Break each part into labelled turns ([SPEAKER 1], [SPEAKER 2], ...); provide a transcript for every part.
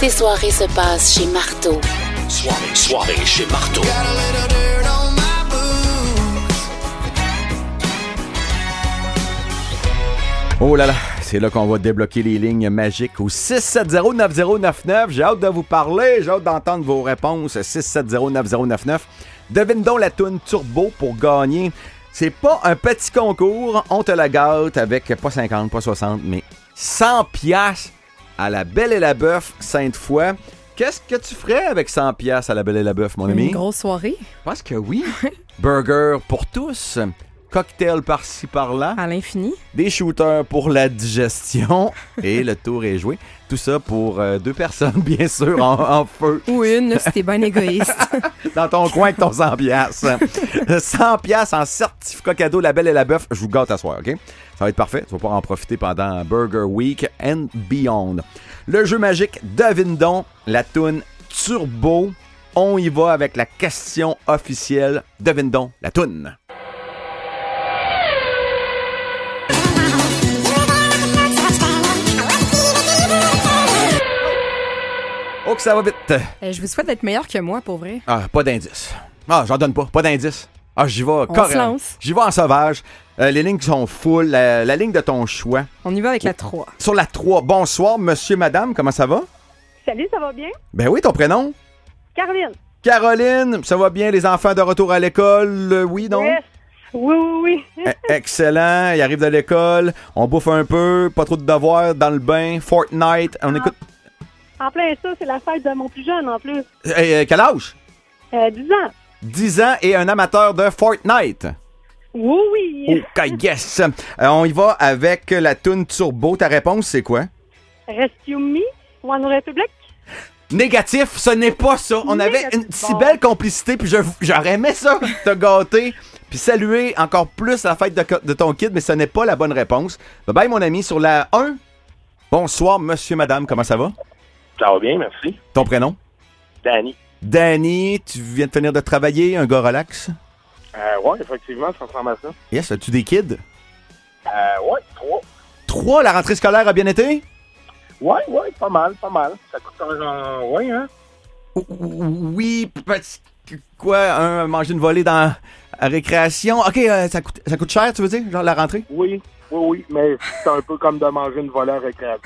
[SPEAKER 1] Tes soirées se passent chez Marteau.
[SPEAKER 2] Soirée, soirée chez Marteau.
[SPEAKER 3] Oh là là, c'est là qu'on va débloquer les lignes magiques au 6709099. J'ai hâte de vous parler, j'ai hâte d'entendre vos réponses. 6709099. Devine donc la toune turbo pour gagner. C'est pas un petit concours, on te la gâte avec pas 50, pas 60, mais 100 piastres à la Belle et la Bœuf Sainte-Foy. Qu'est-ce que tu ferais avec 100 piastres à la Belle et la Bœuf, mon ami?
[SPEAKER 4] Une grosse soirée
[SPEAKER 3] Je pense que oui. Burger pour tous, cocktail par-ci par-là
[SPEAKER 4] à l'infini.
[SPEAKER 3] des shooters pour la digestion et le tour est joué. Tout ça pour euh, deux personnes, bien sûr, en, en feu
[SPEAKER 4] Ou une, si t'es bien égoïste.
[SPEAKER 3] dans ton coin avec ton 100 piastres. 100 piastres en certificat cadeau La Belle et la Bœuf. Je vous gâte à soir, OK? Ça va être parfait. Tu vas pouvoir en profiter pendant Burger Week and Beyond. Le jeu magique, devine donc la toune Turbo. On y va avec la question officielle. Devine donc la toune. Oh, que ça va vite.
[SPEAKER 4] Euh, Je vous souhaite d'être meilleur que moi, pour vrai.
[SPEAKER 3] Ah, pas d'indice. Ah, j'en donne pas. Pas d'indice. Ah, j'y vais.
[SPEAKER 4] se
[SPEAKER 3] correct.
[SPEAKER 4] lance.
[SPEAKER 3] J'y vais en sauvage. Euh, les lignes sont full. La, la ligne de ton choix.
[SPEAKER 4] On y va avec la 3.
[SPEAKER 3] Sur la 3. Bonsoir, monsieur, madame. Comment ça va?
[SPEAKER 5] Salut, ça va bien?
[SPEAKER 3] Ben oui, ton prénom?
[SPEAKER 5] Caroline?
[SPEAKER 3] Caroline. Ça va bien, les enfants de retour à l'école? Euh, oui, non?
[SPEAKER 5] Yes. Oui, oui, oui.
[SPEAKER 3] Eh, Excellent. Ils arrivent de l'école. On bouffe un peu. Pas trop de devoirs dans le bain. Fortnite.
[SPEAKER 4] Ah.
[SPEAKER 3] On écoute.
[SPEAKER 5] En plein ça, c'est la fête de mon plus jeune en plus.
[SPEAKER 3] Eh, eh, quel âge?
[SPEAKER 5] Euh, 10 ans.
[SPEAKER 3] 10 ans et un amateur de Fortnite.
[SPEAKER 5] Oui, oui.
[SPEAKER 3] OK, yes. Euh, on y va avec la toune turbo. Ta réponse, c'est quoi? Oh.
[SPEAKER 5] Rescue Me, One Republic.
[SPEAKER 3] Négatif, ce n'est pas ça. On
[SPEAKER 5] Négatif,
[SPEAKER 3] avait une si
[SPEAKER 5] bon.
[SPEAKER 3] belle complicité, puis je- j'aurais aimé ça, te gâter, puis saluer encore plus la fête de, co- de ton kid, mais ce n'est pas la bonne réponse. Bye bye, mon ami, sur la 1. Bonsoir, monsieur, madame, comment ça va?
[SPEAKER 6] Ça va bien, merci.
[SPEAKER 3] Ton prénom?
[SPEAKER 6] Danny.
[SPEAKER 3] Danny, tu viens de finir de travailler, un gars relax.
[SPEAKER 6] Euh, ouais, effectivement, ça ressemble à ça.
[SPEAKER 3] Yes, as-tu des kids?
[SPEAKER 6] Euh, ouais, trois.
[SPEAKER 3] 3. La rentrée scolaire a bien été?
[SPEAKER 6] Ouais, ouais, pas mal, pas mal. Ça coûte un genre, ouais, hein?
[SPEAKER 3] O- o- Oui, parce que quoi, un, manger une volée dans la récréation. OK, euh, ça, coûte, ça coûte cher, tu veux dire, genre la rentrée?
[SPEAKER 6] Oui, oui, oui, mais c'est un peu comme de manger une volée en récréation.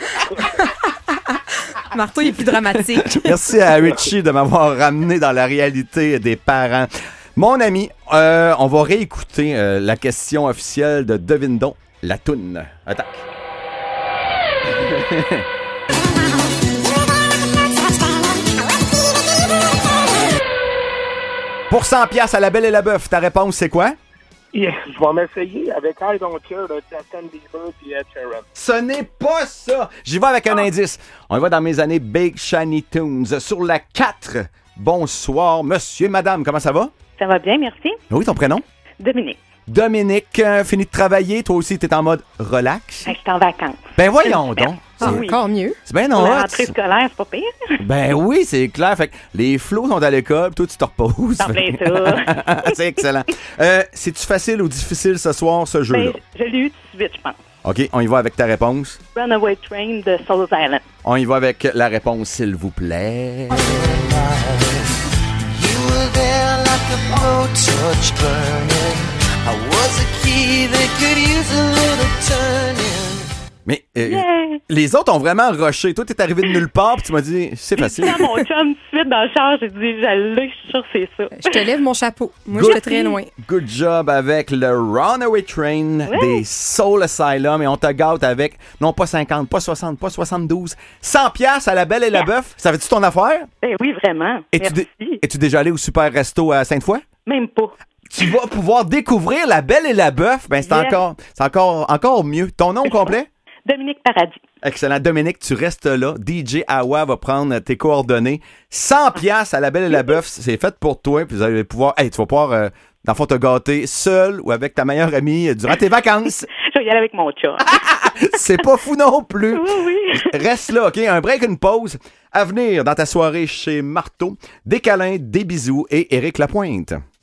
[SPEAKER 4] Marteau, il est plus dramatique.
[SPEAKER 3] Merci à Richie de m'avoir ramené dans la réalité des parents. Mon ami, euh, on va réécouter euh, la question officielle de Devine donc la toune. Attaque. Pour 100 pièces à la belle et la bœuf, ta réponse c'est quoi?
[SPEAKER 6] Yeah, Je vais m'essayer avec I Don't Care de Justin Bieber et Ed Sheeran.
[SPEAKER 3] Ce n'est pas ça. J'y vais avec un indice. On y va dans mes années Big Shiny Tunes. Sur la 4. Bonsoir, monsieur, madame, comment ça va?
[SPEAKER 5] Ça va bien, merci.
[SPEAKER 3] Oui, ton prénom?
[SPEAKER 5] Dominique,
[SPEAKER 3] Dominique, euh, fini de travailler, toi aussi t'es en mode relax.
[SPEAKER 5] hein, je suis en vacances.
[SPEAKER 3] Ben voyons donc.
[SPEAKER 4] Ah,
[SPEAKER 3] C'est-
[SPEAKER 4] Encore mieux.
[SPEAKER 3] C'est bien
[SPEAKER 5] Pour
[SPEAKER 3] non
[SPEAKER 5] la rentrée scolaire, c'est pas pire.
[SPEAKER 3] Ben oui, c'est clair. Fait que les flots sont à l'école, toi tu te reposes.
[SPEAKER 5] En plein ça.
[SPEAKER 3] c'est excellent. Euh, C'est-tu facile ou difficile ce soir, ce jeu-là?
[SPEAKER 5] Ben, je l'ai eu tout de suite, je pense.
[SPEAKER 3] OK, on y va avec ta réponse.
[SPEAKER 5] Runaway Train de Souls Island.
[SPEAKER 3] On y va avec la réponse, s'il vous plaît.
[SPEAKER 7] You were there like a blowtorch burning. I was a key that could use a little turning.
[SPEAKER 3] Mais euh,
[SPEAKER 5] Yeah.
[SPEAKER 3] les autres ont vraiment rushé. Toi, t'es arrivé de nulle part, puis tu m'as dit, c'est facile.
[SPEAKER 5] Quand mon chum, tout de suite dans le char, j'ai dit, je l'ai, je suis sûre que c'est ça.
[SPEAKER 4] Je te lève mon chapeau. Moi,
[SPEAKER 3] Good.
[SPEAKER 4] j'étais très loin.
[SPEAKER 3] Good job avec le Runaway Train des Soul Asylum et on te gâte avec non pas 50, pas 60, pas 72, 100 pièces à la Belle et la Bœuf. Ça fait-tu ton affaire?
[SPEAKER 5] Ben oui, vraiment.
[SPEAKER 3] Es-tu
[SPEAKER 5] Merci.
[SPEAKER 3] dé- es-tu déjà allé au Super Resto à Sainte-Foy?
[SPEAKER 5] Même pas.
[SPEAKER 3] Tu vas pouvoir découvrir la Belle et la Bœuf. Ben c'est
[SPEAKER 5] Yes.
[SPEAKER 3] encore c'est encore encore mieux. Ton nom complet?
[SPEAKER 5] Dominique Paradis.
[SPEAKER 3] Excellent. Dominique, tu restes là. DJ Awa va prendre tes coordonnées. 100 pièces à la Belle et la Bœuf. C'est fait pour toi. Puis vous allez pouvoir... Hey, tu vas pouvoir, euh, dans le fond, te gâter seul ou avec ta meilleure amie euh, durant tes vacances.
[SPEAKER 5] Je vais y aller avec mon chum.
[SPEAKER 3] C'est pas fou non plus.
[SPEAKER 5] oui, oui.
[SPEAKER 3] Reste là, OK? Un break, une pause. À venir dans ta soirée chez Marteau. Des câlins, des bisous et Éric Lapointe.